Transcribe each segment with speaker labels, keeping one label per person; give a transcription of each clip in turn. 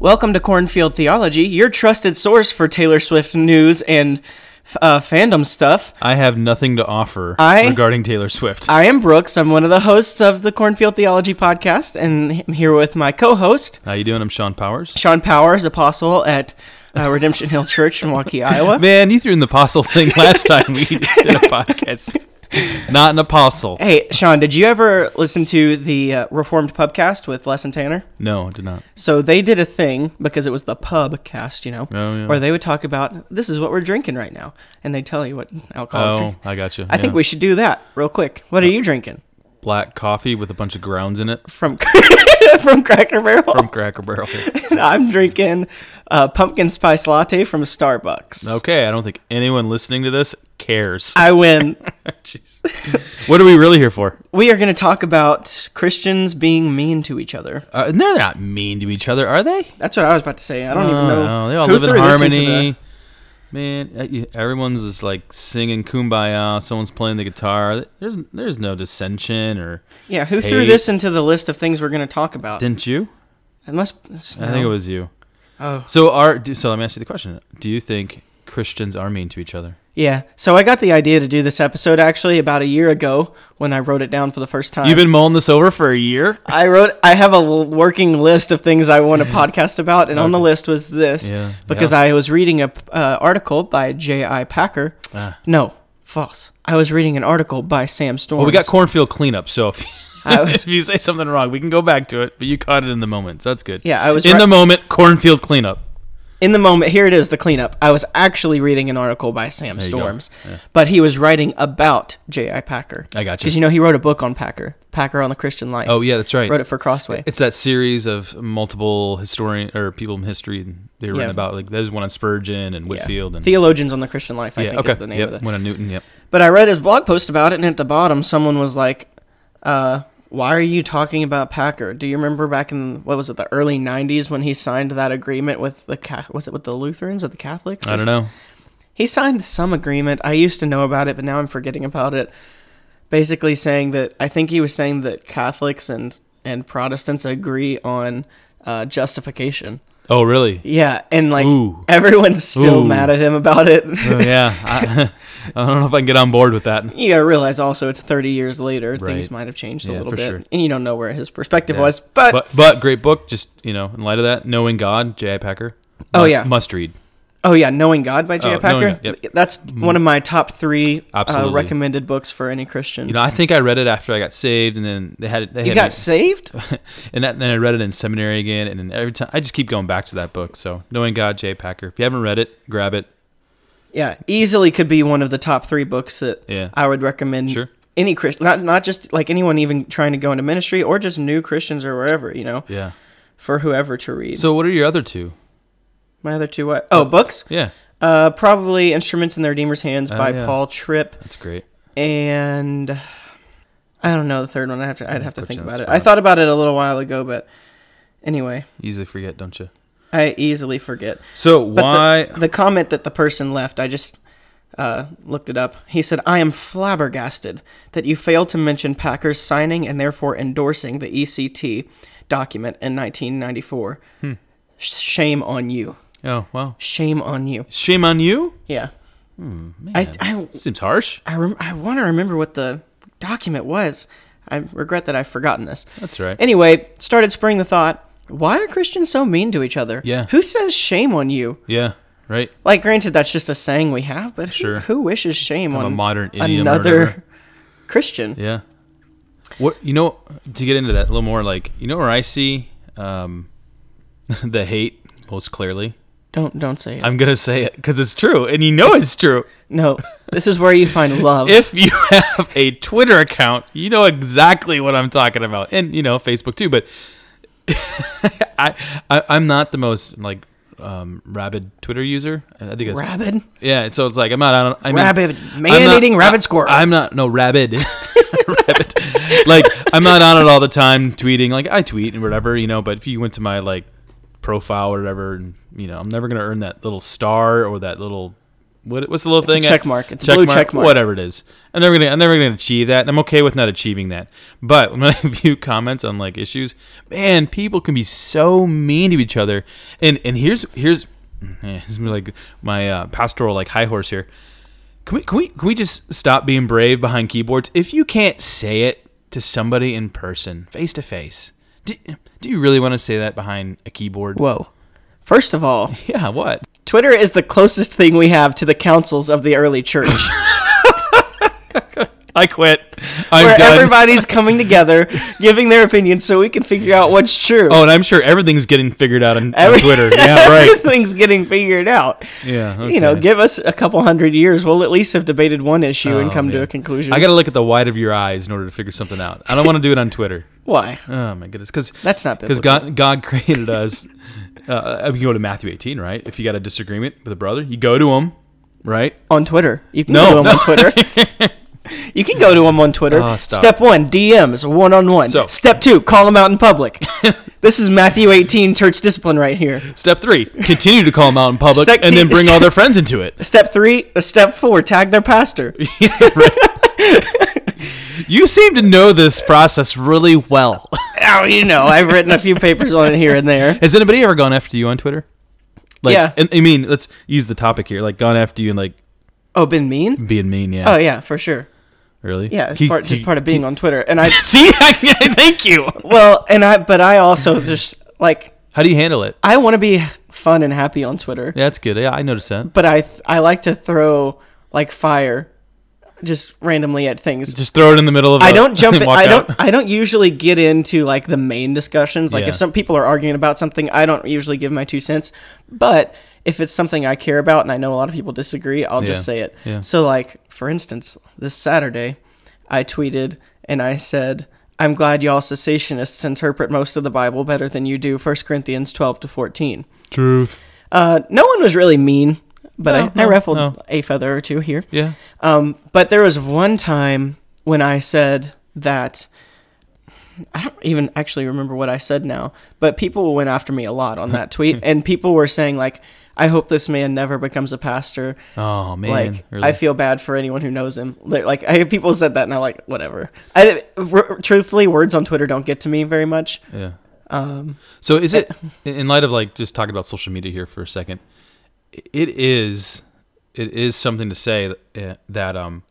Speaker 1: Welcome to Cornfield Theology, your trusted source for Taylor Swift news and uh, fandom stuff.
Speaker 2: I have nothing to offer
Speaker 1: I-
Speaker 2: regarding Taylor Swift.
Speaker 1: I am Brooks. I'm one of the hosts of the Cornfield Theology podcast, and I'm here with my co host,
Speaker 2: How you doing? I'm Sean Powers.
Speaker 1: Sean Powers, apostle at uh, Redemption Hill Church in Waukee, Iowa.
Speaker 2: Man, you threw in the apostle thing last time we did a podcast. Not an apostle.
Speaker 1: Hey, Sean, did you ever listen to the uh, Reformed Pubcast with Les and Tanner?
Speaker 2: No, I did not.
Speaker 1: So they did a thing because it was the pubcast, you know,
Speaker 2: Oh, yeah.
Speaker 1: where they would talk about this is what we're drinking right now, and they tell you what alcohol.
Speaker 2: Oh,
Speaker 1: drink.
Speaker 2: I got you.
Speaker 1: I think we should do that real quick. What are you drinking
Speaker 2: black coffee with a bunch of grounds in it
Speaker 1: from from Cracker Barrel?
Speaker 2: from Cracker Barrel.
Speaker 1: I'm drinking uh, pumpkin spice latte from Starbucks.
Speaker 2: Okay, I don't think anyone listening to this cares.
Speaker 1: I win.
Speaker 2: Jeez. What are we really here for?
Speaker 1: we are going to talk about Christians being mean to each other.
Speaker 2: Uh, and they're not mean to each other, are they?
Speaker 1: That's what I was about to say. I don't even
Speaker 2: Oh,
Speaker 1: know.
Speaker 2: no, They all
Speaker 1: who
Speaker 2: live in
Speaker 1: threw this into
Speaker 2: harmony. Man, uh, you- everyone's just like singing "Kumbaya." Someone's playing the guitar. There's there's no dissension, or
Speaker 1: the- yeah, who threw
Speaker 2: Hey.
Speaker 1: this into the list of things we're going to talk about?
Speaker 2: didn't you?
Speaker 1: it must.
Speaker 2: I think it was you.
Speaker 1: Oh.
Speaker 2: So are do- so. Let me ask you the question: Do you think Christians are mean to each other?
Speaker 1: Yeah. So I got the idea to do this episode actually about a year ago when I wrote it down for the first time.
Speaker 2: You've been mulling this over for a year.
Speaker 1: I wrote. I have a l- working list of things I want to podcast about, and on the list was this
Speaker 2: Yeah,
Speaker 1: because
Speaker 2: yeah.
Speaker 1: I was reading a uh, article by J.I. Packer.
Speaker 2: Ah.
Speaker 1: No, false. I was reading an article by Sam Storms.
Speaker 2: Well, we got cornfield cleanup, so if,
Speaker 1: I was-
Speaker 2: if you say something wrong, we can go back to it. But you caught it in the moment, so that's good.
Speaker 1: Yeah, I was
Speaker 2: in
Speaker 1: right-
Speaker 2: the moment. Cornfield cleanup.
Speaker 1: in the moment. Here it is, the cleanup. I was actually reading an article by Sam
Speaker 2: you go.
Speaker 1: Storms, but he was writing about J.I. Packer.
Speaker 2: I got you.
Speaker 1: Because you know he wrote a book on Packer, Packer on the Christian Life.
Speaker 2: Oh yeah, that's right.
Speaker 1: wrote it for Crossway.
Speaker 2: It's that series of multiple historian or people in history and they were
Speaker 1: Yeah.
Speaker 2: written about. Like there's one on Spurgeon and
Speaker 1: Yeah.
Speaker 2: Whitfield and
Speaker 1: Theologians on the Christian Life, I
Speaker 2: yeah,
Speaker 1: think
Speaker 2: okay,
Speaker 1: is the name
Speaker 2: yep,
Speaker 1: of it.
Speaker 2: one on Newton. Yep.
Speaker 1: But I read his blog post about it, and at the bottom, someone was like, uh, "Why are you talking about Packer? Do you remember back in what was it, the early '90s when he signed that agreement with the Ca- was it with the Lutherans or the Catholics?
Speaker 2: I don't know.
Speaker 1: He signed some agreement. I used to know about it, but now I'm forgetting about it. Basically, saying that I think he was saying that Catholics and and Protestants agree on uh, justification.
Speaker 2: Oh really?
Speaker 1: Yeah, and like
Speaker 2: Ooh.
Speaker 1: everyone's still
Speaker 2: Ooh.
Speaker 1: mad at him about it.
Speaker 2: Oh, yeah. I, I don't know if I can get on board with that.
Speaker 1: you gotta realize also it's 30 years later things
Speaker 2: Right.
Speaker 1: might have changed a
Speaker 2: Yeah,
Speaker 1: little
Speaker 2: for
Speaker 1: bit
Speaker 2: sure.
Speaker 1: and you don't know where his perspective
Speaker 2: Yeah.
Speaker 1: was but,
Speaker 2: But but great book. Just you know, in light of that, knowing God, J.I. Packer.
Speaker 1: Oh,
Speaker 2: Mu-
Speaker 1: yeah.
Speaker 2: must read.
Speaker 1: oh yeah knowing god by j.i
Speaker 2: Oh, Knowing
Speaker 1: packer
Speaker 2: God, yep. Mm-hmm.
Speaker 1: that's one of my top three uh,
Speaker 2: Absolutely.
Speaker 1: recommended books for any christian
Speaker 2: You know, I think I read it after I got saved, and then they had it. They
Speaker 1: you
Speaker 2: had
Speaker 1: got
Speaker 2: it-
Speaker 1: saved
Speaker 2: and that, then I read it in seminary again, and then every time I just keep going back to that book. So, knowing God, J. Packer. If you haven't read it, grab it.
Speaker 1: yeah easily could be one of the top three books that
Speaker 2: Yeah.
Speaker 1: i would recommend
Speaker 2: Sure.
Speaker 1: any christian not, not just like anyone even trying to go into ministry or just new christians or wherever you know
Speaker 2: Yeah.
Speaker 1: for whoever to read
Speaker 2: So, what are your other two?
Speaker 1: my other two what oh books
Speaker 2: Yeah,
Speaker 1: uh probably instruments in the redeemer's hands by
Speaker 2: Oh, yeah.
Speaker 1: paul tripp
Speaker 2: that's great.
Speaker 1: and I don't know the third one. I have to. I'd have to
Speaker 2: Put
Speaker 1: think
Speaker 2: you on the
Speaker 1: about it.
Speaker 2: spot.
Speaker 1: I thought about it a little while ago, but anyway,
Speaker 2: Easily forget, don't you?
Speaker 1: I easily forget.
Speaker 2: So
Speaker 1: But the-
Speaker 2: why?
Speaker 1: the, comment that the person left? I just uh, looked it up. He said, "I am flabbergasted that you failed to mention Packers signing and therefore endorsing the ECT document in 1994.
Speaker 2: Hmm.
Speaker 1: Shame on you.
Speaker 2: oh well,
Speaker 1: Shame on you.
Speaker 2: shame on you.
Speaker 1: Yeah.
Speaker 2: Man,
Speaker 1: I, I
Speaker 2: seems harsh.
Speaker 1: I, rem- I want to remember what the document was. I regret that I've forgotten this.
Speaker 2: That's right.
Speaker 1: Anyway, started spurring the thought why are Christians so mean to each other?
Speaker 2: Yeah.
Speaker 1: Who says shame on you?
Speaker 2: yeah, right.
Speaker 1: Like, granted, that's just a saying we have, but who,
Speaker 2: Sure.
Speaker 1: who wishes shame on
Speaker 2: a modern idiom or
Speaker 1: another
Speaker 2: whatever.
Speaker 1: Christian?
Speaker 2: Yeah. What you know? To get into that a little more, like you know where I see um, the hate most clearly.
Speaker 1: Don't don't say it.
Speaker 2: I'm gonna say it because it's true, and you know it's true.
Speaker 1: no, this is where you find love.
Speaker 2: If you have a Twitter account, you know exactly what I'm talking about, and you know Facebook too. But I, I I'm not the most like um, rabid Twitter user. I think it's
Speaker 1: rabid,
Speaker 2: Yeah, and so it's like I'm not. I don't, I mean,
Speaker 1: Rabid.
Speaker 2: I'm
Speaker 1: Man
Speaker 2: not-
Speaker 1: eating rabid
Speaker 2: I-
Speaker 1: squirrel.
Speaker 2: I'm not no rabid. rabid. Like I'm not on it all the time, tweeting. Like I tweet and whatever, you know. But if you went to my like profile or whatever, and, you know, I'm never gonna earn that little star or that little what, what's the little thing?
Speaker 1: a check mark. It's a blue check mark.
Speaker 2: Whatever it is. I'm never gonna I'm never gonna achieve that, and I'm okay with not achieving that. But when I view comments on like issues, man, people can be so mean to each other. And and here's here's eh, this is like my uh, pastoral like high horse here. Can we can we can we just stop being brave behind keyboards? If you can't say it to somebody in person, face to face, do do you really want to say that behind a keyboard?
Speaker 1: Whoa. First of all,
Speaker 2: yeah, what?
Speaker 1: Twitter is the closest thing we have to the councils of the early church,
Speaker 2: I quit. I'm
Speaker 1: where
Speaker 2: done.
Speaker 1: everybody's coming together, giving their opinions so we can figure out what's true.
Speaker 2: Oh, and I'm sure everything's getting figured out on, on
Speaker 1: Every-
Speaker 2: Twitter. Yeah, right.
Speaker 1: Everything's getting figured out.
Speaker 2: Yeah,
Speaker 1: You know,
Speaker 2: okay.
Speaker 1: give us a couple hundred years, we'll at least have debated one issue and
Speaker 2: Oh,
Speaker 1: come to
Speaker 2: man.
Speaker 1: a conclusion.
Speaker 2: I got to look at the wide of your eyes in order to figure something out. I don't want to do it on Twitter.
Speaker 1: Why?
Speaker 2: Oh my goodness, because
Speaker 1: That's not
Speaker 2: because God God created us. Uh, I mean, you go to Matthew 18, right? If you got a disagreement with a brother, you go to him, right?
Speaker 1: On Twitter. You can
Speaker 2: No,
Speaker 1: go to him
Speaker 2: no.
Speaker 1: on Twitter. you can go to him on Twitter.
Speaker 2: Oh, stop.
Speaker 1: Step one, DMs, one on one.
Speaker 2: So-
Speaker 1: Step two, call him out in public. this is Matthew 18, church discipline right here.
Speaker 2: Step three: continue to call them out in public,
Speaker 1: Step
Speaker 2: and
Speaker 1: two-
Speaker 2: then bring all their friends into it.
Speaker 1: Step three, uh, step four, tag their pastor.
Speaker 2: You seem to know this process really well.
Speaker 1: oh, you know, I've written a few papers on it here and there.
Speaker 2: Has anybody ever gone after you on Twitter? Like,
Speaker 1: Yeah.
Speaker 2: And, I mean, let's use the topic here. Like, gone after you and like
Speaker 1: Oh, been mean?
Speaker 2: being mean. Yeah.
Speaker 1: Oh, yeah, for sure.
Speaker 2: Really?
Speaker 1: Yeah, it's
Speaker 2: He-
Speaker 1: part, just
Speaker 2: he-
Speaker 1: part of being on Twitter. And I,
Speaker 2: See, thank you.
Speaker 1: well, and I, but I also just, like,
Speaker 2: How do you handle it?
Speaker 1: I want to be fun and happy on Twitter.
Speaker 2: Yeah, that's good. Yeah, I noticed that.
Speaker 1: but I th- I like to throw like fire, just randomly at things.
Speaker 2: Just throw it in the middle of.
Speaker 1: I
Speaker 2: a-
Speaker 1: don't jump.
Speaker 2: and
Speaker 1: In,
Speaker 2: walk
Speaker 1: I don't.
Speaker 2: out.
Speaker 1: I don't usually get into like the main discussions. Like
Speaker 2: Yeah.
Speaker 1: if some people are arguing about something, I don't usually give my two cents. But if it's something I care about and I know a lot of people disagree, I'll just
Speaker 2: Yeah.
Speaker 1: say it.
Speaker 2: Yeah.
Speaker 1: So like for instance, this Saturday, I tweeted and I said. I'm glad y'all cessationists interpret most of the Bible better than you do 1 Corinthians 12 to 14.
Speaker 2: Truth.
Speaker 1: Uh, no one was really mean, but
Speaker 2: No,
Speaker 1: I, I
Speaker 2: no,
Speaker 1: ruffled
Speaker 2: no.
Speaker 1: a feather or two here.
Speaker 2: Yeah.
Speaker 1: Um, but there was one time when I said that I don't even actually remember what I said now, but people went after me a lot on that tweet, and people were saying like, "I hope this man never becomes a pastor."
Speaker 2: Oh man.
Speaker 1: Like
Speaker 2: really?
Speaker 1: I feel bad for anyone who knows him. Like, like, I people said that, and I like whatever. I r- truthfully, words on Twitter don't get to me very much.
Speaker 2: yeah. Um. So is it in light of like just talking about social media here for a second? It is. It is something to say that, that um,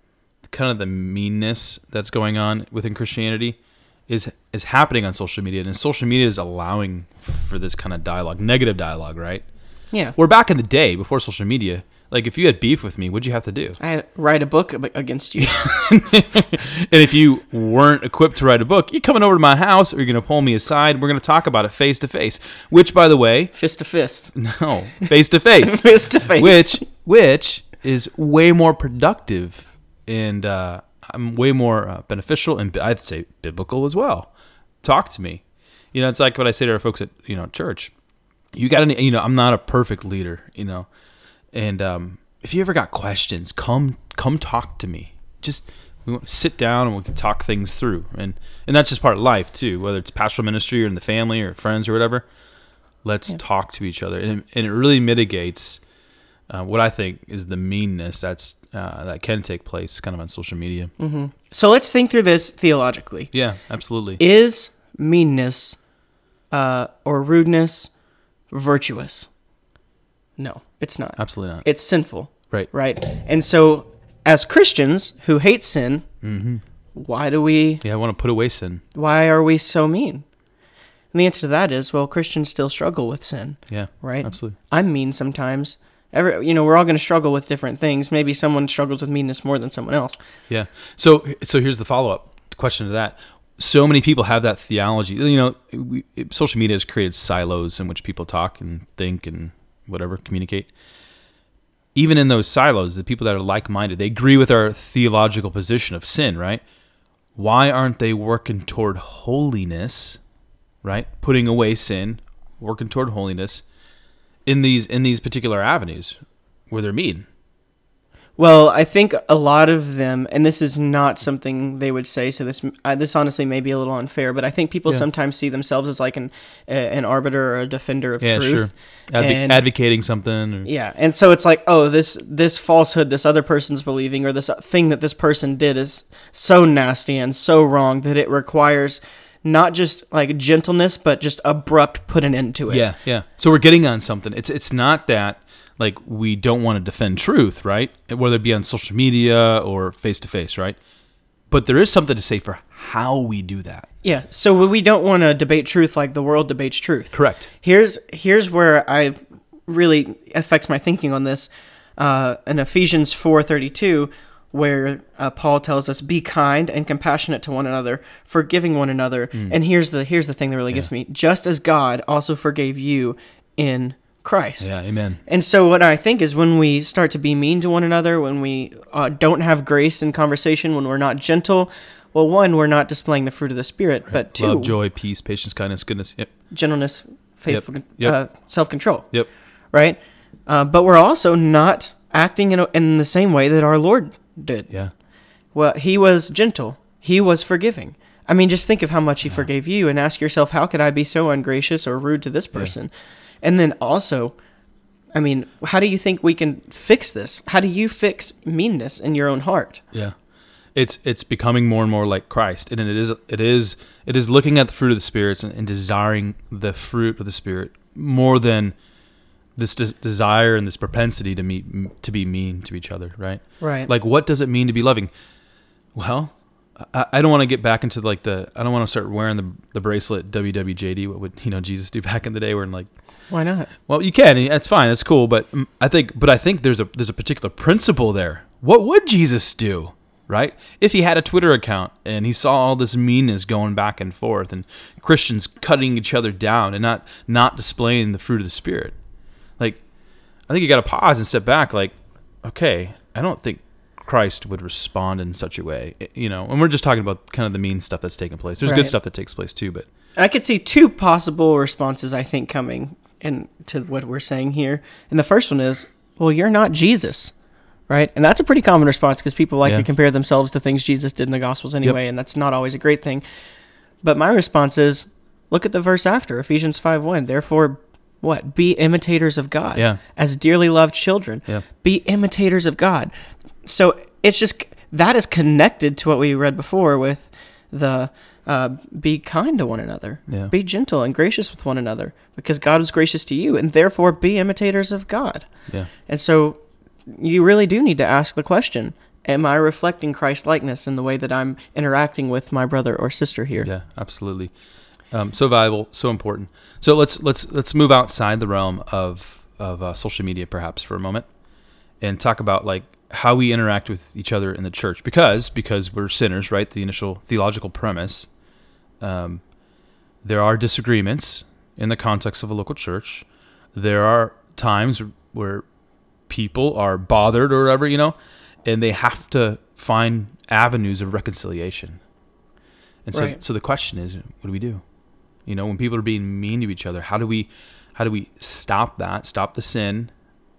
Speaker 2: kind of the meanness that's going on within Christianity is is happening on social media, and social media is allowing for this kind of dialogue, negative dialogue, right?
Speaker 1: Yeah,
Speaker 2: We're back in the day before social media. Like, if you had beef with me, what'd you have to do?
Speaker 1: I write a book ab- against you.
Speaker 2: and if you weren't equipped to write a book, you're coming over to my house or you're going to pull me aside. We're going to talk about it face to face, which, by the way,
Speaker 1: fist to fist.
Speaker 2: no, face to face,
Speaker 1: Fist to face.
Speaker 2: which, which is way more productive and uh, I'm way more uh, beneficial and I'd say biblical as well. Talk to me. You know, it's like what I say to our folks at, you know, church. You got any, you know, I'm not a perfect leader, you know, and um, if you ever got questions, come come talk to me. Just we want to sit down and we can talk things through, and and that's just part of life too. Whether it's pastoral ministry or in the family or friends or whatever, let's talk to each other, and and it really mitigates uh, what I think is the meanness that's uh, that can take place kind of on social media.
Speaker 1: So let's think through this theologically.
Speaker 2: Yeah, absolutely.
Speaker 1: Is meanness uh, or rudeness virtuous? No, it's not.
Speaker 2: absolutely not.
Speaker 1: It's sinful,
Speaker 2: right.
Speaker 1: right? And so, as Christians who hate sin, why do we?
Speaker 2: Yeah, I want to put away sin.
Speaker 1: Why are we so mean? And the answer to that is, well, Christians still struggle with sin.
Speaker 2: Yeah.
Speaker 1: right?
Speaker 2: Absolutely.
Speaker 1: I'm mean sometimes. Every, you know, we're all going to struggle with different things. Maybe someone struggles with meanness more than someone else.
Speaker 2: Yeah. So so here's the follow up question to that. So many people have that theology. You know, we, it- social media has created silos in which people talk and think and whatever communicate. Even in those silos, the people that are like minded, they agree with our theological position of sin, right? Why aren't they working toward holiness, right? Putting away sin, working toward holiness in these in these particular avenues where they're mean.
Speaker 1: Well, I think a lot of them, and this is not something they would say. So this, uh, this honestly may be a little unfair, but I think people
Speaker 2: Yeah.
Speaker 1: sometimes see themselves as like an uh, an arbiter or a defender of
Speaker 2: Yeah,
Speaker 1: truth.
Speaker 2: sure. Advo-
Speaker 1: And-
Speaker 2: advocating something. Or,
Speaker 1: Yeah, and so it's like, oh, this this falsehood this other person's believing, or this thing that this person did is so nasty and so wrong that it requires not just like gentleness, but just abrupt put an end to it.
Speaker 2: Yeah, yeah. So we're getting on something. It's it's not that like we don't want to defend truth, right? Whether it be on social media or face to face, right? But there is something to say for how we do that.
Speaker 1: yeah. So we don't want to debate truth like the world debates truth.
Speaker 2: Correct.
Speaker 1: Here's here's where I really affects my thinking on this. Uh, in Ephesians four thirty two, where uh, Paul tells us, "Be kind and compassionate to one another, forgiving one another."
Speaker 2: Mm.
Speaker 1: And here's the here's the thing that really gets me: just as God also forgave you in Christ.
Speaker 2: Yeah, amen.
Speaker 1: And so, what I think is when we start to be mean to one another, when we uh, don't have grace in conversation, when we're not gentle, well, one, we're not displaying the fruit of the Spirit, but two,
Speaker 2: Love, joy, peace, patience, kindness, goodness. Yep.
Speaker 1: gentleness, faithful,
Speaker 2: Yep.
Speaker 1: Uh, self control
Speaker 2: Yep.
Speaker 1: right? Uh, but we're also not acting in, a, in the same way that our Lord did.
Speaker 2: Yeah.
Speaker 1: Well, he was gentle. He was forgiving. I mean, just think of how much he forgave you and ask yourself, how could I be so ungracious or rude to this person? And then also, I mean, how do you think we can fix this? How do you fix meanness in your own heart?
Speaker 2: Yeah. It's it's becoming more and more like Christ. And it is it is it is looking at the fruit of the spirits and, and desiring the fruit of the spirit more than this des- desire and this propensity to meet to be mean to each other, right?
Speaker 1: Right.
Speaker 2: Like what does it mean to be loving? Well, I, I don't want to get back into like the I don't want to start wearing the the bracelet WWJD what would you know Jesus do back in the day where like
Speaker 1: Why not?
Speaker 2: well, you can. That's fine. That's cool. But mm, I think, but I think there's a there's a particular principle there. What would Jesus do, right? If he had a Twitter account and he saw all this meanness going back and forth and Christians cutting each other down and not not displaying the fruit of the spirit, like I think you got to pause and step back. Like, okay, I don't think Christ would respond in such a way, I- you know. And we're just talking about kind of the mean stuff that's taking place. There's
Speaker 1: Right.
Speaker 2: good stuff that takes place too, but
Speaker 1: I could see two possible responses, I think, coming in to what we're saying here. And the first one is, well, you're not Jesus, right? And that's a pretty common response because people like
Speaker 2: Yeah.
Speaker 1: to compare themselves to things Jesus did in the Gospels anyway, and that's not always a great thing. But my response is, look at the verse after Ephesians 5 1. Therefore, what? Be imitators of God
Speaker 2: Yeah.
Speaker 1: as dearly loved children.
Speaker 2: Yeah.
Speaker 1: Be imitators of God. So it's just that is connected to what we read before with the uh, be kind to one another,
Speaker 2: Yeah.
Speaker 1: be gentle and gracious with one another, because God was gracious to you, and therefore be imitators of God.
Speaker 2: yeah,
Speaker 1: And so you really do need to ask the question. Am I reflecting Christ likeness in the way that I'm interacting with my brother or sister here?
Speaker 2: Yeah, absolutely. Um, so valuable, so important. So let's let's let's move outside the realm of of uh, social media, perhaps for a moment, and talk about like how we interact with each other in the church, because because we're sinners, right? The initial theological premise. Um, there are disagreements in the context of a local church. There are times where people are bothered or whatever, you know, and they have to find avenues of reconciliation. And so,
Speaker 1: Right.
Speaker 2: so the question is, what do we do? You know, when people are being mean to each other, how do we, how do we stop that? Stop the sin,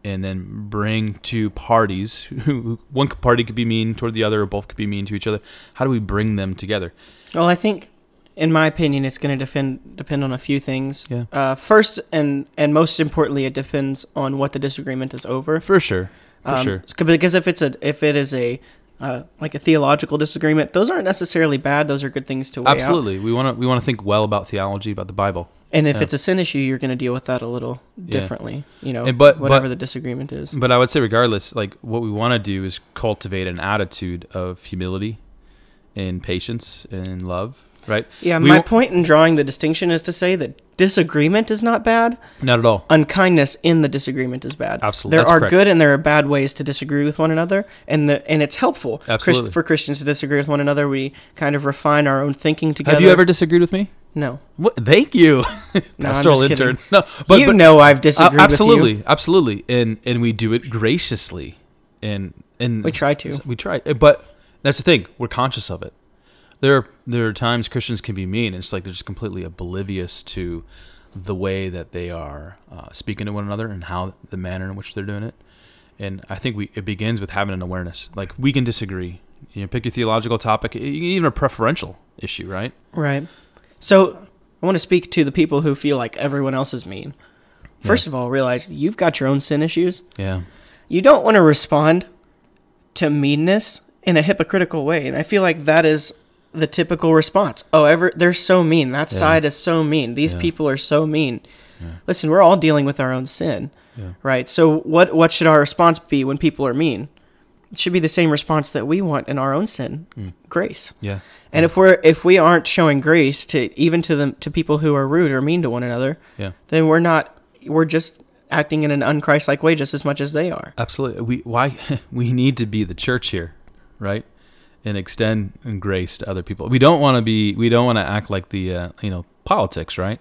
Speaker 2: and then bring two parties. Who, who one party could be mean toward the other, or both could be mean to each other. How do we bring them together?
Speaker 1: Well, I think, in my opinion, it's going to defend depend on a few things.
Speaker 2: Yeah.
Speaker 1: Uh, first and and most importantly, it depends on what the disagreement is over.
Speaker 2: For sure, for
Speaker 1: Um,
Speaker 2: sure.
Speaker 1: c- Because if it's a if it is a uh, like a theological disagreement, those aren't necessarily bad. Those are good things to weigh out.
Speaker 2: Absolutely. We want to we want to think well about theology, about the Bible.
Speaker 1: And if
Speaker 2: Yeah.
Speaker 1: it's a sin issue, you're going to deal with that a little differently. You know,
Speaker 2: And but-
Speaker 1: whatever
Speaker 2: but-
Speaker 1: the disagreement is.
Speaker 2: But I would say regardless, like what we want to do is cultivate an attitude of humility and patience and love, right?
Speaker 1: Yeah,
Speaker 2: we
Speaker 1: my
Speaker 2: won't-
Speaker 1: point in drawing the distinction is to say that disagreement is not bad.
Speaker 2: Not at all.
Speaker 1: Unkindness in the disagreement is bad.
Speaker 2: Absolutely,
Speaker 1: there
Speaker 2: that's
Speaker 1: are
Speaker 2: correct.
Speaker 1: good and there are bad ways to disagree with one another, and the, and it's helpful Chris-
Speaker 2: Absolutely.
Speaker 1: for Christians to disagree with one another. We kind of refine our own thinking together.
Speaker 2: Have you ever disagreed with me?
Speaker 1: No,
Speaker 2: What? Thank you, pastoral
Speaker 1: just kidding.
Speaker 2: intern. No, but
Speaker 1: you
Speaker 2: but,
Speaker 1: know I've disagreed. With
Speaker 2: Uh,
Speaker 1: you.
Speaker 2: absolutely, absolutely, and and we do it graciously, and and
Speaker 1: We try to.
Speaker 2: we try, eh, but that's the thing. We're conscious of it. There are there are times Christians can be mean. And it's like they're just completely oblivious to the way that they are uh, speaking to one another and how the manner in which they're doing it, and I think we it begins with having an awareness. Like we can disagree. You know, pick your theological topic, e- even a preferential issue, right?
Speaker 1: Right. So I want to speak to the people who feel like everyone else is mean. First of all, realize you've got your own sin issues.
Speaker 2: Yeah.
Speaker 1: You don't want to respond to meanness in a hypocritical way, and I feel like that is the typical response. Oh, ever they're so mean. That side is so mean. These people are so mean. Listen, we're all dealing with our own sin, right? So what what should our response be when people are mean? It should be the same response that we want in our own sin, grace.
Speaker 2: Yeah.
Speaker 1: And if we're if we aren't showing grace to even to the to people who are rude or mean to one another,
Speaker 2: Yeah.
Speaker 1: then we're not we're just acting in an unchristlike way just as much as they are.
Speaker 2: Absolutely. We why we need to be the church here, right? And extend and grace to other people. We don't want to be. We don't want to act like the uh, you know politics, right?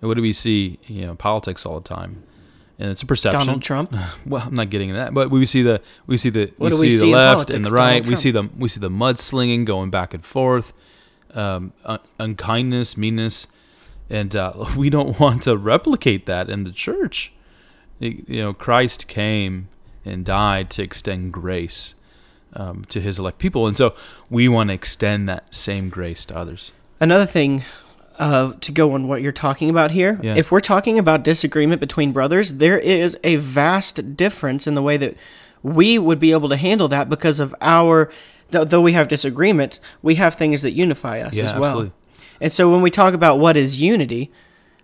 Speaker 2: What do we see? You know, politics all the time, and it's a perception.
Speaker 1: Donald Trump.
Speaker 2: Well, I'm not getting into that, but we see the we see the
Speaker 1: What do
Speaker 2: we see
Speaker 1: we
Speaker 2: the
Speaker 1: see in
Speaker 2: left and
Speaker 1: politics,
Speaker 2: the right.
Speaker 1: Donald
Speaker 2: We see the we see the mudslinging going back and forth, um, un- unkindness, meanness, and uh, we don't want to replicate that in the church. You you know, Christ came and died to extend grace um, to His elect people, and so we want to extend that same grace to others.
Speaker 1: Another thing uh, to go on what you're talking about here,
Speaker 2: Yeah.
Speaker 1: if we're talking about disagreement between brothers, there is a vast difference in the way that we would be able to handle that because of our th- though we have disagreements, we have things that unify us
Speaker 2: Yeah,
Speaker 1: as well.
Speaker 2: absolutely.
Speaker 1: And so when we talk about what is unity,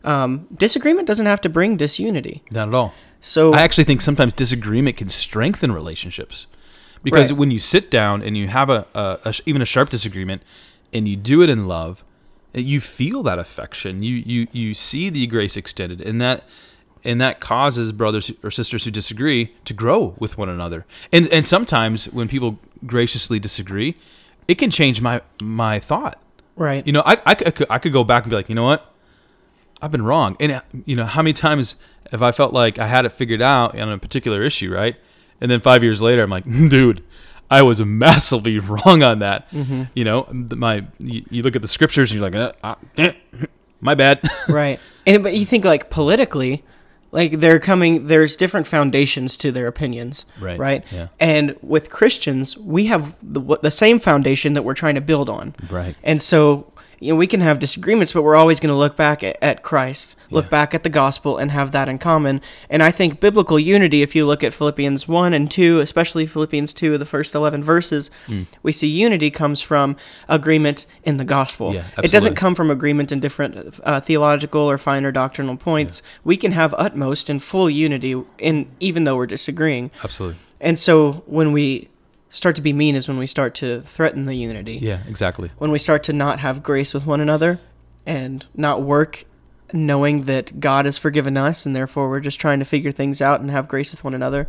Speaker 1: um, disagreement doesn't have to bring disunity.
Speaker 2: Not at all.
Speaker 1: So
Speaker 2: I actually think sometimes disagreement can strengthen relationships because
Speaker 1: Right.
Speaker 2: when you sit down and you have a, a, a sh- even a sharp disagreement and you do it in love, eh, you feel that affection. You you you see the grace extended, and that and that causes brothers or sisters who disagree to grow with one another. And and sometimes when people graciously disagree, it can change my my thought.
Speaker 1: right,
Speaker 2: You know, I, I, could, I could go back and be like, you know what? I've been wrong. And, you know, how many times have I felt like I had it figured out on a particular issue, right? And then five years later, I'm like, dude, I was massively wrong on that. You know, th- my you, you look at the scriptures and you're like, uh, uh, eh, my bad.
Speaker 1: right. And but you think like politically, like they're coming. There's different foundations to their opinions,
Speaker 2: Right,
Speaker 1: Right.
Speaker 2: yeah.
Speaker 1: And with Christians, we have the, what- the same foundation that we're trying to build on.
Speaker 2: Right.
Speaker 1: And so you know we can have disagreements, but we're always going to look back at, at Christ, look
Speaker 2: Yeah.
Speaker 1: back at the gospel, and have that in common. And I think biblical unity, if you look at Philippians one and two, especially Philippians two, the first eleven verses,
Speaker 2: Hmm.
Speaker 1: we see unity comes from agreement in the gospel.
Speaker 2: Yeah,
Speaker 1: it doesn't
Speaker 2: absolutely.
Speaker 1: come from agreement in different uh, theological or finer doctrinal points. We can have utmost and full unity, in even though we're disagreeing.
Speaker 2: Absolutely.
Speaker 1: And so when we start to be mean is when we start to threaten the unity.
Speaker 2: Yeah, exactly.
Speaker 1: When we start to not have grace with one another and not work knowing that God has forgiven us and therefore we're just trying to figure things out and have grace with one another.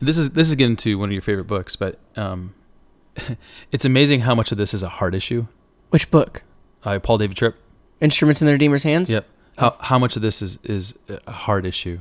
Speaker 2: This is this is getting to one of your favorite books, but um, it's amazing how much of this is a heart issue.
Speaker 1: Which book?
Speaker 2: Uh, Paul David Tripp,
Speaker 1: Instruments in the Redeemer's Hands?
Speaker 2: Yep. How how much of this is is a hard issue,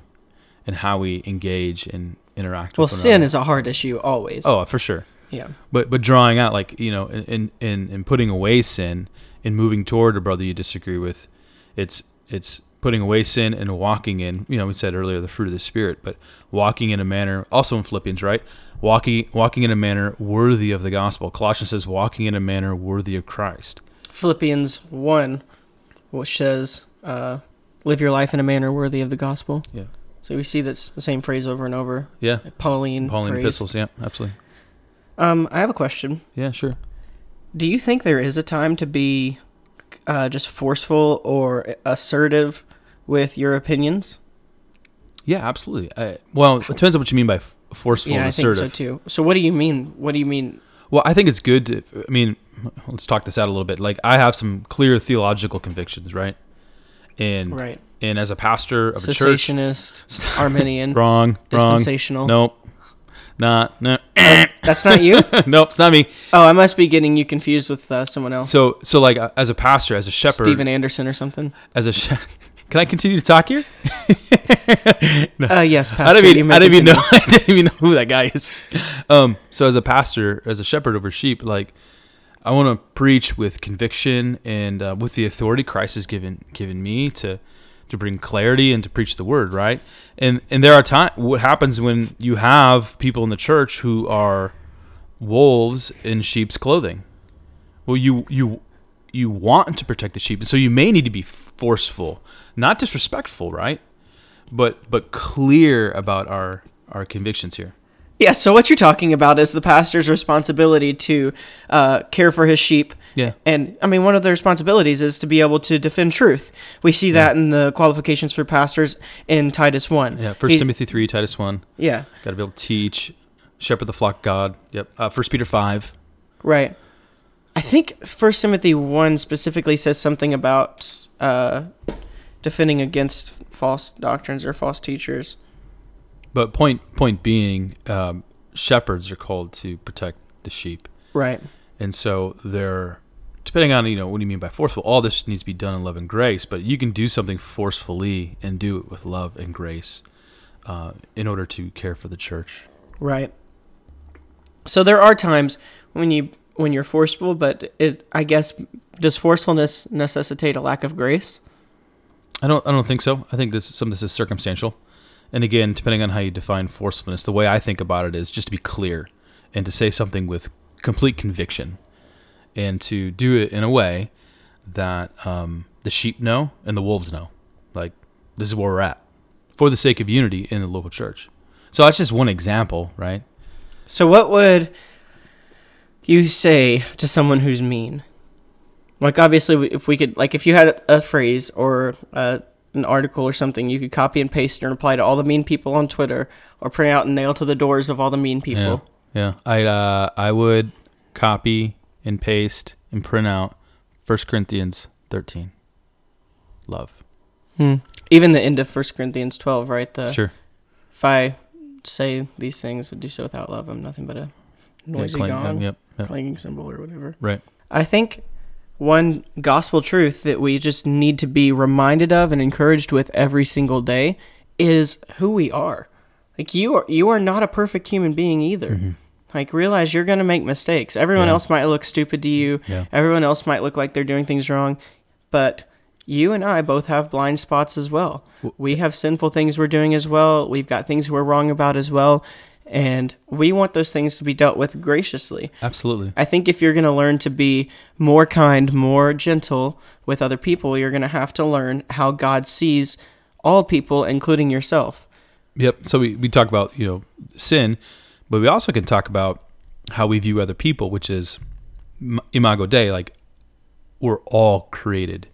Speaker 2: and how we engage and interact.
Speaker 1: Well,
Speaker 2: with one
Speaker 1: sin
Speaker 2: another.
Speaker 1: is a hard issue always.
Speaker 2: Oh, for sure.
Speaker 1: Yeah.
Speaker 2: But but drawing out like you know in in in, in putting away sin and moving toward a brother you disagree with, it's it's putting away sin and walking in you know we said earlier the fruit of the spirit but walking in a manner also in philippians right walking walking in a manner worthy of the gospel colossians says walking in a manner worthy of christ
Speaker 1: Philippians 1, which says, uh, live your life in a manner worthy of the gospel.
Speaker 2: yeah
Speaker 1: So we see that's the same phrase over and over.
Speaker 2: yeah
Speaker 1: Pauline,
Speaker 2: pauline
Speaker 1: phrase.
Speaker 2: epistles yeah absolutely
Speaker 1: Um, I have a question.
Speaker 2: yeah sure
Speaker 1: Do you think there is a time to be uh, just forceful or assertive with your opinions?
Speaker 2: Yeah, absolutely. I, well, it depends on what you mean by f- forceful
Speaker 1: yeah,
Speaker 2: and
Speaker 1: I think so
Speaker 2: assertive.
Speaker 1: too. So what do you mean? What do you mean?
Speaker 2: well, I think it's good to. I mean, let's talk this out a little bit. Like, I have some clear theological convictions, right? And
Speaker 1: Right.
Speaker 2: and as a pastor of a church,
Speaker 1: Cessationist, Arminian,
Speaker 2: wrong,
Speaker 1: dispensational.
Speaker 2: wrong, nope, not, no,
Speaker 1: That's not you.
Speaker 2: nope, it's not me.
Speaker 1: Oh, I must be getting you confused with uh, someone else.
Speaker 2: So so like uh, as a pastor, as a shepherd,
Speaker 1: Steven Anderson or something.
Speaker 2: as a she- can I continue to talk here?
Speaker 1: Uh, yes, Pastor.
Speaker 2: I don't
Speaker 1: you
Speaker 2: even,
Speaker 1: may
Speaker 2: I don't
Speaker 1: continue.
Speaker 2: even know I didn't even know who that guy is. Um, so as a pastor, as a shepherd over sheep, like I want to preach with conviction and uh, with the authority Christ has given given me to to bring clarity and to preach the word, right? And and there are times what happens when you have people in the church who are wolves in sheep's clothing. Well, you you you want to protect the sheep, and so you may need to be forceful, not disrespectful, right? But but clear about our our convictions here.
Speaker 1: Yeah, so what you're talking about is the pastor's responsibility to uh, care for his sheep.
Speaker 2: Yeah.
Speaker 1: And I mean, one of the responsibilities is to be able to defend truth. We see that in the qualifications for pastors in Titus 1.
Speaker 2: Yeah, First
Speaker 1: He-
Speaker 2: Timothy three, Titus one.
Speaker 1: Yeah,
Speaker 2: Got to be able to teach, shepherd the flock, of God. Yep. Uh, First Peter five.
Speaker 1: right. I think First Timothy 1 specifically says something about uh, defending against false doctrines or false teachers.
Speaker 2: But point point being, um, shepherds are called to protect the sheep,
Speaker 1: Right.
Speaker 2: and so they're depending on you know what do you mean by forceful. All this needs to be done in love and grace, but you can do something forcefully and do it with love and grace uh, in order to care for the church.
Speaker 1: Right. So there are times when you when you're forceful, but it I guess does forcefulness necessitate a lack of grace?
Speaker 2: I don't I don't think so. I think this some of this is circumstantial, and again, depending on how you define forcefulness, the way I think about it is just to be clear and to say something with complete conviction, and to do it in a way that um, the sheep know and the wolves know, like this is where we're at, for the sake of unity in the local church. So that's just one example, right?
Speaker 1: So what would you say to someone who's mean? Like obviously if we could like if you had a phrase or uh, an article or something you could copy and paste and apply to all the mean people on Twitter or print out and nail to the doors of all the mean people.
Speaker 2: Yeah, yeah. I uh, I would copy and paste and print out 1 Corinthians thirteen. Love.
Speaker 1: Even the end of 1 Corinthians 12, right? The
Speaker 2: Sure.
Speaker 1: if I say these things and do so without love, I'm nothing but a
Speaker 2: Yeah,
Speaker 1: noisy
Speaker 2: clang-
Speaker 1: gong,
Speaker 2: Yep, yep.
Speaker 1: clanging cymbal, or whatever.
Speaker 2: Right.
Speaker 1: I think one gospel truth that we just need to be reminded of and encouraged with every single day is who we are. Like you are, you are not a perfect human being either. Like realize you're going to make mistakes. Everyone
Speaker 2: Mm-hmm. Yeah.
Speaker 1: else might look stupid to you.
Speaker 2: Yeah.
Speaker 1: Everyone else might look like they're doing things wrong, but you and I both have blind spots as well. We have sinful things we're doing as well. We've got things we're wrong about as well, and we want those things to be dealt with graciously.
Speaker 2: Absolutely.
Speaker 1: I think if you're going to learn to be more kind, more gentle with other people, you're going to have to learn how God sees all people, including yourself.
Speaker 2: Yep. So we, we talk about, you know, sin, but we also can talk about how we view other people, which is im- imago Dei, like we're all created.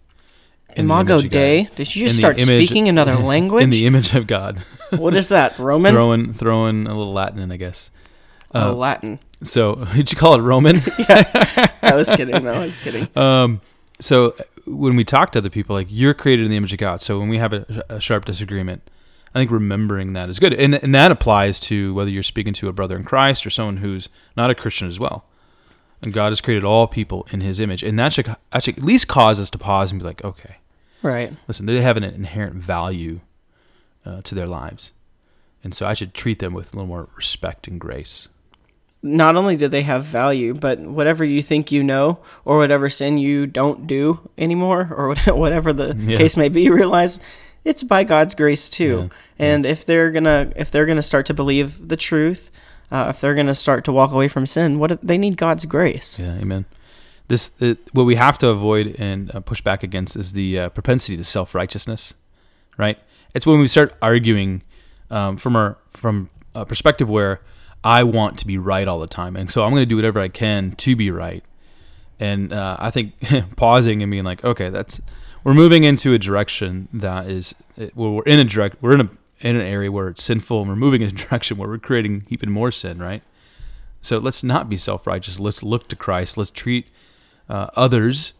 Speaker 2: in the
Speaker 1: Imago
Speaker 2: image of God.
Speaker 1: Dei? Did you
Speaker 2: In
Speaker 1: just
Speaker 2: the
Speaker 1: start
Speaker 2: image-
Speaker 1: speaking another
Speaker 2: In
Speaker 1: language?
Speaker 2: the image of God.
Speaker 1: what is that? Roman?
Speaker 2: throwing throwing a little Latin in, I guess. uh,
Speaker 1: oh, Latin.
Speaker 2: So did you call it Roman?
Speaker 1: I was kidding, though. I was kidding.
Speaker 2: um, so when we talk to other people, like you're created in the image of God. So when we have a, a sharp disagreement, I think remembering that is good, and and that applies to whether you're speaking to a brother in Christ or someone who's not a Christian as well. And God has created all people in His image, and that should that should at least cause us to pause and be like, okay,
Speaker 1: Right.
Speaker 2: listen, they have an inherent value uh, to their lives, and so I should treat them with a little more respect and grace.
Speaker 1: Not only do they have value, but whatever you think you know, or whatever sin you don't do anymore, or what- whatever the
Speaker 2: Yeah.
Speaker 1: case may be, you realize it's by God's grace too. And if they're gonna if they're gonna start to believe the truth, uh, if they're gonna start to walk away from sin, what if- they need God's grace.
Speaker 2: Yeah, amen. This it, what we have to avoid and uh, push back against is the uh, propensity to self righteousness, right? It's when we start arguing um, from our from a perspective where I want to be right all the time, and so I'm going to do whatever I can to be right. And uh, I think pausing and being like, okay, that's we're moving into a direction that is it- well, we're in a direct we're in a in an area where it's sinful, and we're moving in a direction where we're creating even more sin, right? So let's not be self righteous. Let's look to Christ. Let's treat uh, others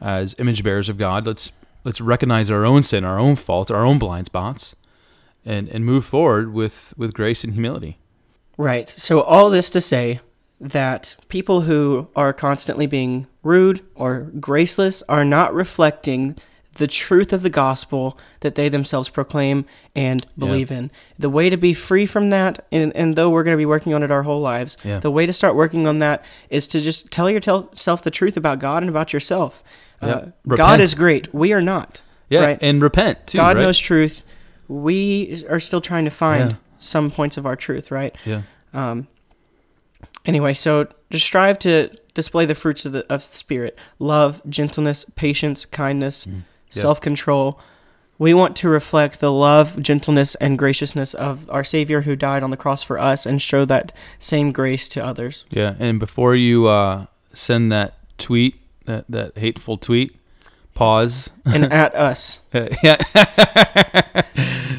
Speaker 2: as image bearers of God. Let's let's recognize our own sin, our own fault, our own blind spots, and and move forward with with grace and humility.
Speaker 1: Right. So all this to say that people who are constantly being rude or graceless are not reflecting the truth of the gospel that they themselves proclaim and believe in. The way to be free from that, and, and though we're going to be working on it our whole lives,
Speaker 2: Yeah.
Speaker 1: the way to start working on that is to just tell yourself the truth about God and about yourself.
Speaker 2: Yep.
Speaker 1: Uh, God
Speaker 2: Repent.
Speaker 1: is great. We are not.
Speaker 2: Yeah,
Speaker 1: Right.
Speaker 2: and repent too.
Speaker 1: God
Speaker 2: right?
Speaker 1: knows truth. We are still trying to find
Speaker 2: Yeah.
Speaker 1: some points of our truth, right?
Speaker 2: Yeah.
Speaker 1: Um, anyway, so just strive to display the fruits of the of the spirit: love, gentleness, patience, kindness,
Speaker 2: Mm. yeah.
Speaker 1: self control. We want to reflect the love, gentleness, and graciousness of our Savior who died on the cross for us, and show that same grace to others.
Speaker 2: Yeah, and before you uh, send that tweet, that, that hateful tweet, pause.
Speaker 1: And at us,
Speaker 2: yeah,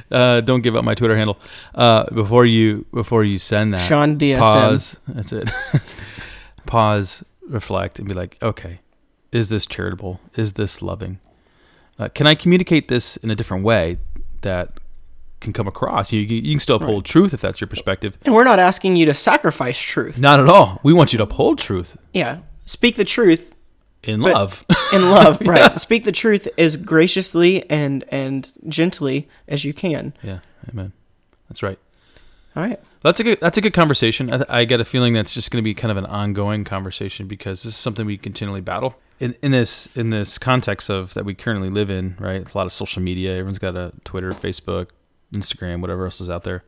Speaker 2: uh, don't give up my Twitter handle. Uh, before you before you send that,
Speaker 1: Sean DSM.
Speaker 2: pause. That's it. pause, reflect, and be like, okay, is this charitable? Is this loving? Uh, can I communicate this in a different way that can come across? You you can still uphold truth if that's your perspective.
Speaker 1: And we're not asking you to sacrifice truth.
Speaker 2: Not at all. We want you to uphold truth
Speaker 1: Yeah, speak the truth
Speaker 2: in
Speaker 1: But-
Speaker 2: love.
Speaker 1: in love, right? Speak the truth as graciously and and gently as you can.
Speaker 2: Yeah, amen. That's right.
Speaker 1: All right.
Speaker 2: That's a good. That's a good conversation. I, I get a feeling that's just going to be kind of an ongoing conversation because this is something we continually battle in, in this in this context of that we currently live in. Right, it's a lot of social media. Everyone's got a Twitter, Facebook, Instagram, whatever else is out there.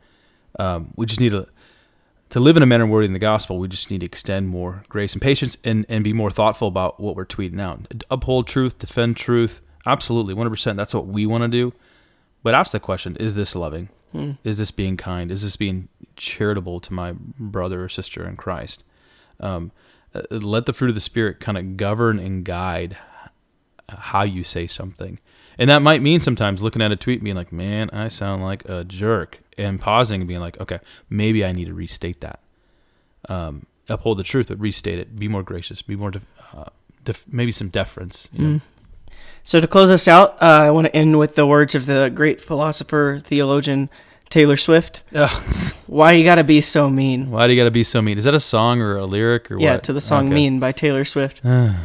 Speaker 2: Um, we just need to to live in a manner worthy in the gospel. We just need to extend more grace and patience and and be more thoughtful about what we're tweeting out. Uphold truth, defend truth. Absolutely, one hundred percent. That's what we want to do. But ask the question: Is this loving? Is this being kind? Is this being charitable to my brother or sister in Christ? Um, uh, let the fruit of the Spirit kind of govern and guide how you say something, and that might mean sometimes looking at a tweet and being like, "Man, I sound like a jerk," and pausing and being like, "Okay, maybe I need to restate that." Um, uphold the truth, but restate it. Be more gracious. Be more, def- uh, def- maybe some deference. You know?
Speaker 1: So to close us out, uh, I want to end with the words of the great philosopher theologian Taylor Swift.
Speaker 2: Ugh.
Speaker 1: Why you gotta be so mean?
Speaker 2: Why do you got to be so mean? Is that a song or a lyric or what?
Speaker 1: Yeah, to the song
Speaker 2: Okay.
Speaker 1: "Mean" by Taylor Swift.
Speaker 2: Taylor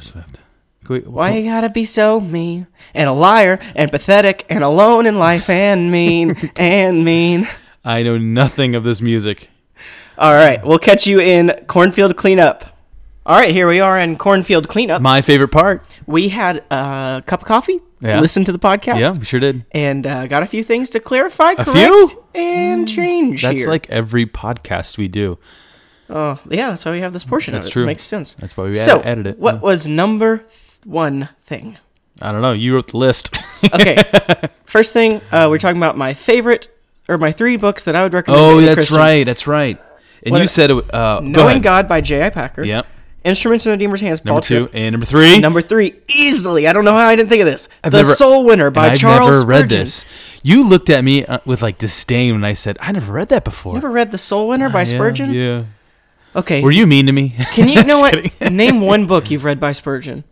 Speaker 2: Swift. Can we-
Speaker 1: Why you gotta be so mean and a liar and pathetic and alone in life and mean and mean.
Speaker 2: I know nothing of this music.
Speaker 1: All right, we'll catch you in cornfield cleanup. All right, here we are in cornfield cleanup.
Speaker 2: My favorite part.
Speaker 1: we had a cup of coffee,
Speaker 2: Yeah.
Speaker 1: listened to the podcast,
Speaker 2: Yeah, we sure did.
Speaker 1: and uh, got a few things to clarify, correct,
Speaker 2: few?
Speaker 1: and change.
Speaker 2: That's
Speaker 1: here.
Speaker 2: like every podcast we do.
Speaker 1: oh yeah, that's why we have this portion.
Speaker 2: That's
Speaker 1: of it.
Speaker 2: true.
Speaker 1: Makes sense.
Speaker 2: That's why we
Speaker 1: so
Speaker 2: ed- edit it.
Speaker 1: What
Speaker 2: Yeah.
Speaker 1: was number th- one thing?
Speaker 2: I don't know. You wrote the list.
Speaker 1: Okay, first thing uh, we're talking about my favorite or my three books that I would recommend. to
Speaker 2: oh,
Speaker 1: any
Speaker 2: that's
Speaker 1: Christian.
Speaker 2: right. That's right. And
Speaker 1: What-
Speaker 2: you said it. w- Uh, go
Speaker 1: Knowing
Speaker 2: ahead.
Speaker 1: God by J.I. Packer.
Speaker 2: Yep.
Speaker 1: Instruments in the Redeemer's Hands. Paul
Speaker 2: Number two
Speaker 1: Tripp.
Speaker 2: and number three.
Speaker 1: Number three, easily. I don't know how I didn't think of this. the
Speaker 2: never-
Speaker 1: Soul Winner by
Speaker 2: I've
Speaker 1: Charles
Speaker 2: never read
Speaker 1: Spurgeon.
Speaker 2: this. You looked at me uh, with like disdain when I said I never read that before.
Speaker 1: Never read The Soul Winner by
Speaker 2: Yeah,
Speaker 1: Spurgeon?
Speaker 2: Yeah,
Speaker 1: Okay.
Speaker 2: Were you mean to me?
Speaker 1: Can you, you know
Speaker 2: Just
Speaker 1: what?
Speaker 2: kidding.
Speaker 1: Name one book you've read by Spurgeon.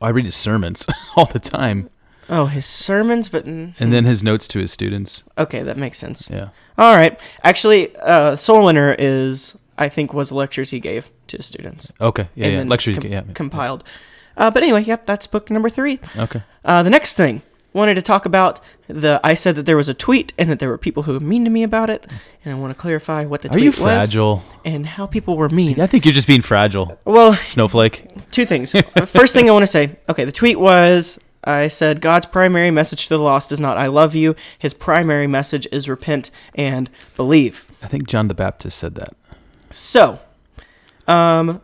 Speaker 2: I read his sermons all the time,
Speaker 1: Oh, his sermons, but mm,
Speaker 2: and then his notes to his students.
Speaker 1: okay, that makes sense.
Speaker 2: Hmm. Yeah.
Speaker 1: All right, actually, uh, Soul Winner is I think was lectures he gave to students
Speaker 2: Okay. Yeah. yeah.
Speaker 1: then
Speaker 2: Lecture.
Speaker 1: com-
Speaker 2: yeah.
Speaker 1: compiled. Uh, but anyway, yep, that's book number three.
Speaker 2: Okay.
Speaker 1: Uh, the next thing wanted to talk about the I said that there was a tweet and that there were people who were mean to me about it, and I want to clarify what the
Speaker 2: Are
Speaker 1: tweet
Speaker 2: you
Speaker 1: was
Speaker 2: fragile?
Speaker 1: and how people were mean.
Speaker 2: I think you're just being fragile.
Speaker 1: Well,
Speaker 2: Snowflake.
Speaker 1: two things. First thing I want to say, okay, the tweet was I said God's primary message to the lost is not I love you. His primary message is repent and believe.
Speaker 2: I think John the Baptist said that.
Speaker 1: So, um,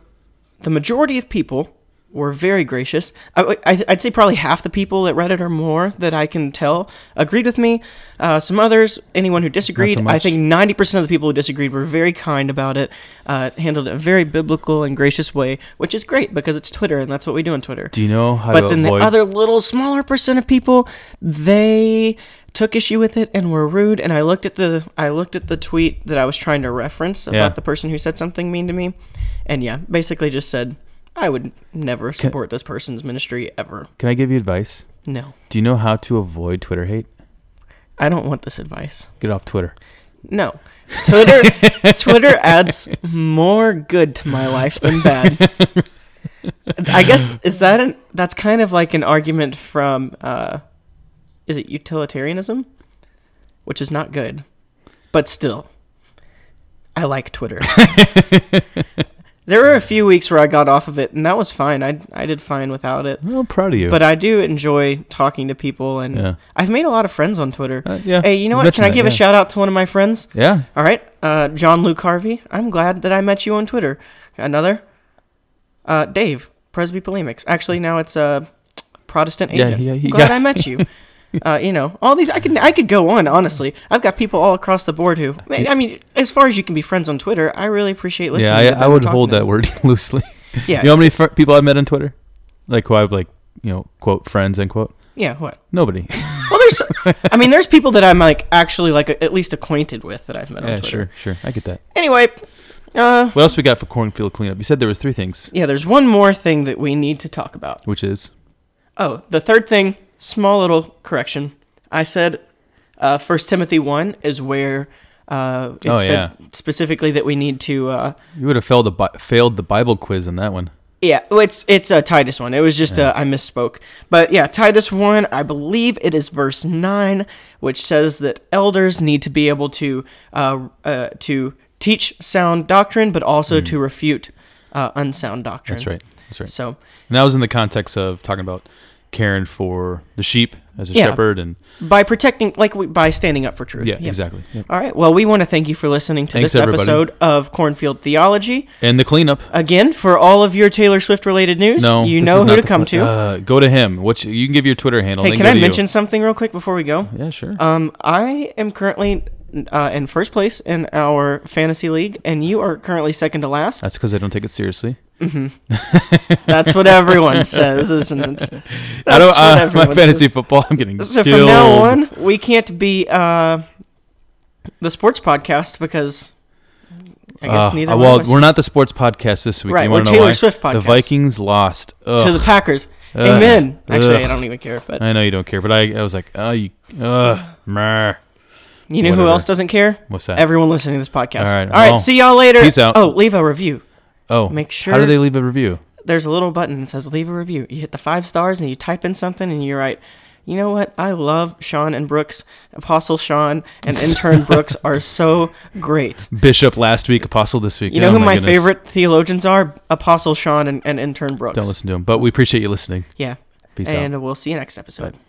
Speaker 1: the majority of people were very gracious. I, I, I'd say probably half the people at Reddit or more that I can tell agreed with me. Uh, some others, anyone who disagreed, I
Speaker 2: much.
Speaker 1: think 90% of the people who disagreed were very kind about it, uh, handled it in a very biblical and gracious way, which is great because it's Twitter and that's what we do on Twitter
Speaker 2: Do you know how
Speaker 1: but
Speaker 2: to
Speaker 1: then the
Speaker 2: avoid?
Speaker 1: other little smaller percent of people they took issue with it and were rude and i looked at the i looked at the tweet that i was trying to reference about
Speaker 2: Yeah.
Speaker 1: the person who said something mean to me and yeah basically just said i would never support this person's ministry ever
Speaker 2: Can I give you advice?
Speaker 1: no
Speaker 2: Do you know how to avoid Twitter hate?
Speaker 1: i don't want this advice
Speaker 2: Get off Twitter.
Speaker 1: no twitter twitter adds more good to my life than bad i guess is that an that's kind of like an argument from uh is it utilitarianism which is not good but still i like twitter There were a few weeks where I got off of it, and that was fine. I I did fine without it.
Speaker 2: Well, Oh, I'm proud of you.
Speaker 1: But I do enjoy talking to people, and
Speaker 2: Yeah.
Speaker 1: I've made a lot of friends on Twitter.
Speaker 2: Uh, yeah.
Speaker 1: Hey, you know
Speaker 2: You
Speaker 1: what? Can
Speaker 2: mentioned
Speaker 1: I
Speaker 2: that,
Speaker 1: give a
Speaker 2: yeah.
Speaker 1: shout out to one of my friends?
Speaker 2: yeah,
Speaker 1: All right, uh, John Luke Harvey. I'm glad that I met you on Twitter. Another, uh, Dave Presby Polemics. Actually, now it's a Protestant
Speaker 2: Yeah,
Speaker 1: agent.
Speaker 2: yeah, he
Speaker 1: I'm glad
Speaker 2: got-
Speaker 1: I met you. Uh, you know, all these I could I could go on. Honestly, I've got people all across the board who. I mean, as far as you can be friends on Twitter, I really appreciate listening. to
Speaker 2: yeah.
Speaker 1: them
Speaker 2: I, I
Speaker 1: and
Speaker 2: would
Speaker 1: talking
Speaker 2: hold
Speaker 1: to
Speaker 2: that word loosely.
Speaker 1: them. Yeah,
Speaker 2: you know how
Speaker 1: it's-
Speaker 2: many fr- people I've met on Twitter, like who I've like, you know, quote friends end quote.
Speaker 1: yeah. What?
Speaker 2: Nobody.
Speaker 1: Well, there's. I mean, there's people that I'm like actually like at least acquainted with that I've met on
Speaker 2: yeah,
Speaker 1: Twitter.
Speaker 2: sure, sure. I get that.
Speaker 1: Anyway, uh,
Speaker 2: What else we got for cornfield cleanup? You said there was three things,
Speaker 1: yeah. There's one more thing that we need to talk about.
Speaker 2: which is
Speaker 1: Oh, the third thing, small little correction. I said uh, First Timothy 1 is where uh, it
Speaker 2: Oh,
Speaker 1: said specifically that we need to. Uh,
Speaker 2: you would have failed the Bi- failed the Bible quiz on that one.
Speaker 1: yeah, well, it's it's a Titus one. It was just uh, I misspoke, but yeah, Titus one. I believe it is verse nine, which says that elders need to be able to uh, uh, to teach sound doctrine, but also to refute uh, unsound doctrine.
Speaker 2: Hmm. That's right. That's right.
Speaker 1: So
Speaker 2: And that was in the context of talking about caring for the sheep as a
Speaker 1: Yeah.
Speaker 2: shepherd, and
Speaker 1: by protecting, like we, by standing up for truth.
Speaker 2: yeah, exactly. Yep.
Speaker 1: All right. Well, we want to thank you for listening to
Speaker 2: Thanks,
Speaker 1: this
Speaker 2: everybody.
Speaker 1: episode of Cornfield Theology.
Speaker 2: And the cleanup.
Speaker 1: Again, for all of your Taylor Swift related news,
Speaker 2: No,
Speaker 1: you
Speaker 2: this
Speaker 1: know
Speaker 2: is
Speaker 1: who
Speaker 2: not
Speaker 1: to
Speaker 2: the
Speaker 1: come
Speaker 2: pl-
Speaker 1: to.
Speaker 2: Uh, go to him. Which you can give your Twitter handle.
Speaker 1: hey,
Speaker 2: then
Speaker 1: can
Speaker 2: go
Speaker 1: I
Speaker 2: to you.
Speaker 1: mention something real quick before we go?
Speaker 2: Yeah, sure.
Speaker 1: Um, I am currently uh, in first place in our fantasy league, and you are currently second to last.
Speaker 2: That's because I don't take it seriously.
Speaker 1: That's what everyone says, isn't it?
Speaker 2: I don't.
Speaker 1: That's what
Speaker 2: Uh,
Speaker 1: everyone
Speaker 2: my fantasy
Speaker 1: says.
Speaker 2: football. I'm getting
Speaker 1: So
Speaker 2: killed.
Speaker 1: from now on, we can't be uh, the sports podcast because I guess
Speaker 2: Uh,
Speaker 1: neither
Speaker 2: well,
Speaker 1: one of us
Speaker 2: we're not the sports podcast this week.
Speaker 1: Right,
Speaker 2: You
Speaker 1: we're
Speaker 2: wanna know
Speaker 1: Taylor
Speaker 2: why?
Speaker 1: Swift podcast.
Speaker 2: The Vikings lost. Ugh.
Speaker 1: to the Packers.
Speaker 2: Ugh.
Speaker 1: Amen. Actually, I
Speaker 2: Ugh.
Speaker 1: don't even care, but
Speaker 2: I know you don't care, but I, I was like, oh, you, uh, meh.
Speaker 1: You know who
Speaker 2: Whatever.
Speaker 1: else doesn't care?
Speaker 2: What's that?
Speaker 1: Everyone listening to this podcast. All
Speaker 2: All
Speaker 1: right.
Speaker 2: right, well,
Speaker 1: see y'all later.
Speaker 2: peace out.
Speaker 1: Oh, leave a review.
Speaker 2: oh,
Speaker 1: Make
Speaker 2: How
Speaker 1: sure-
Speaker 2: do they leave a review?
Speaker 1: There's a little button that says leave a review. You hit the five stars and you type in something and you write, you know what? I love Sean and Brooks. Apostle Sean and intern Brooks are so great.
Speaker 2: Bishop last week, apostle this week.
Speaker 1: You know
Speaker 2: Oh
Speaker 1: who my,
Speaker 2: goodness.
Speaker 1: favorite theologians are? Apostle Sean and, and intern Brooks.
Speaker 2: Don't listen to him, but we appreciate you listening.
Speaker 1: Yeah.
Speaker 2: Peace out.
Speaker 1: and we'll see you next episode.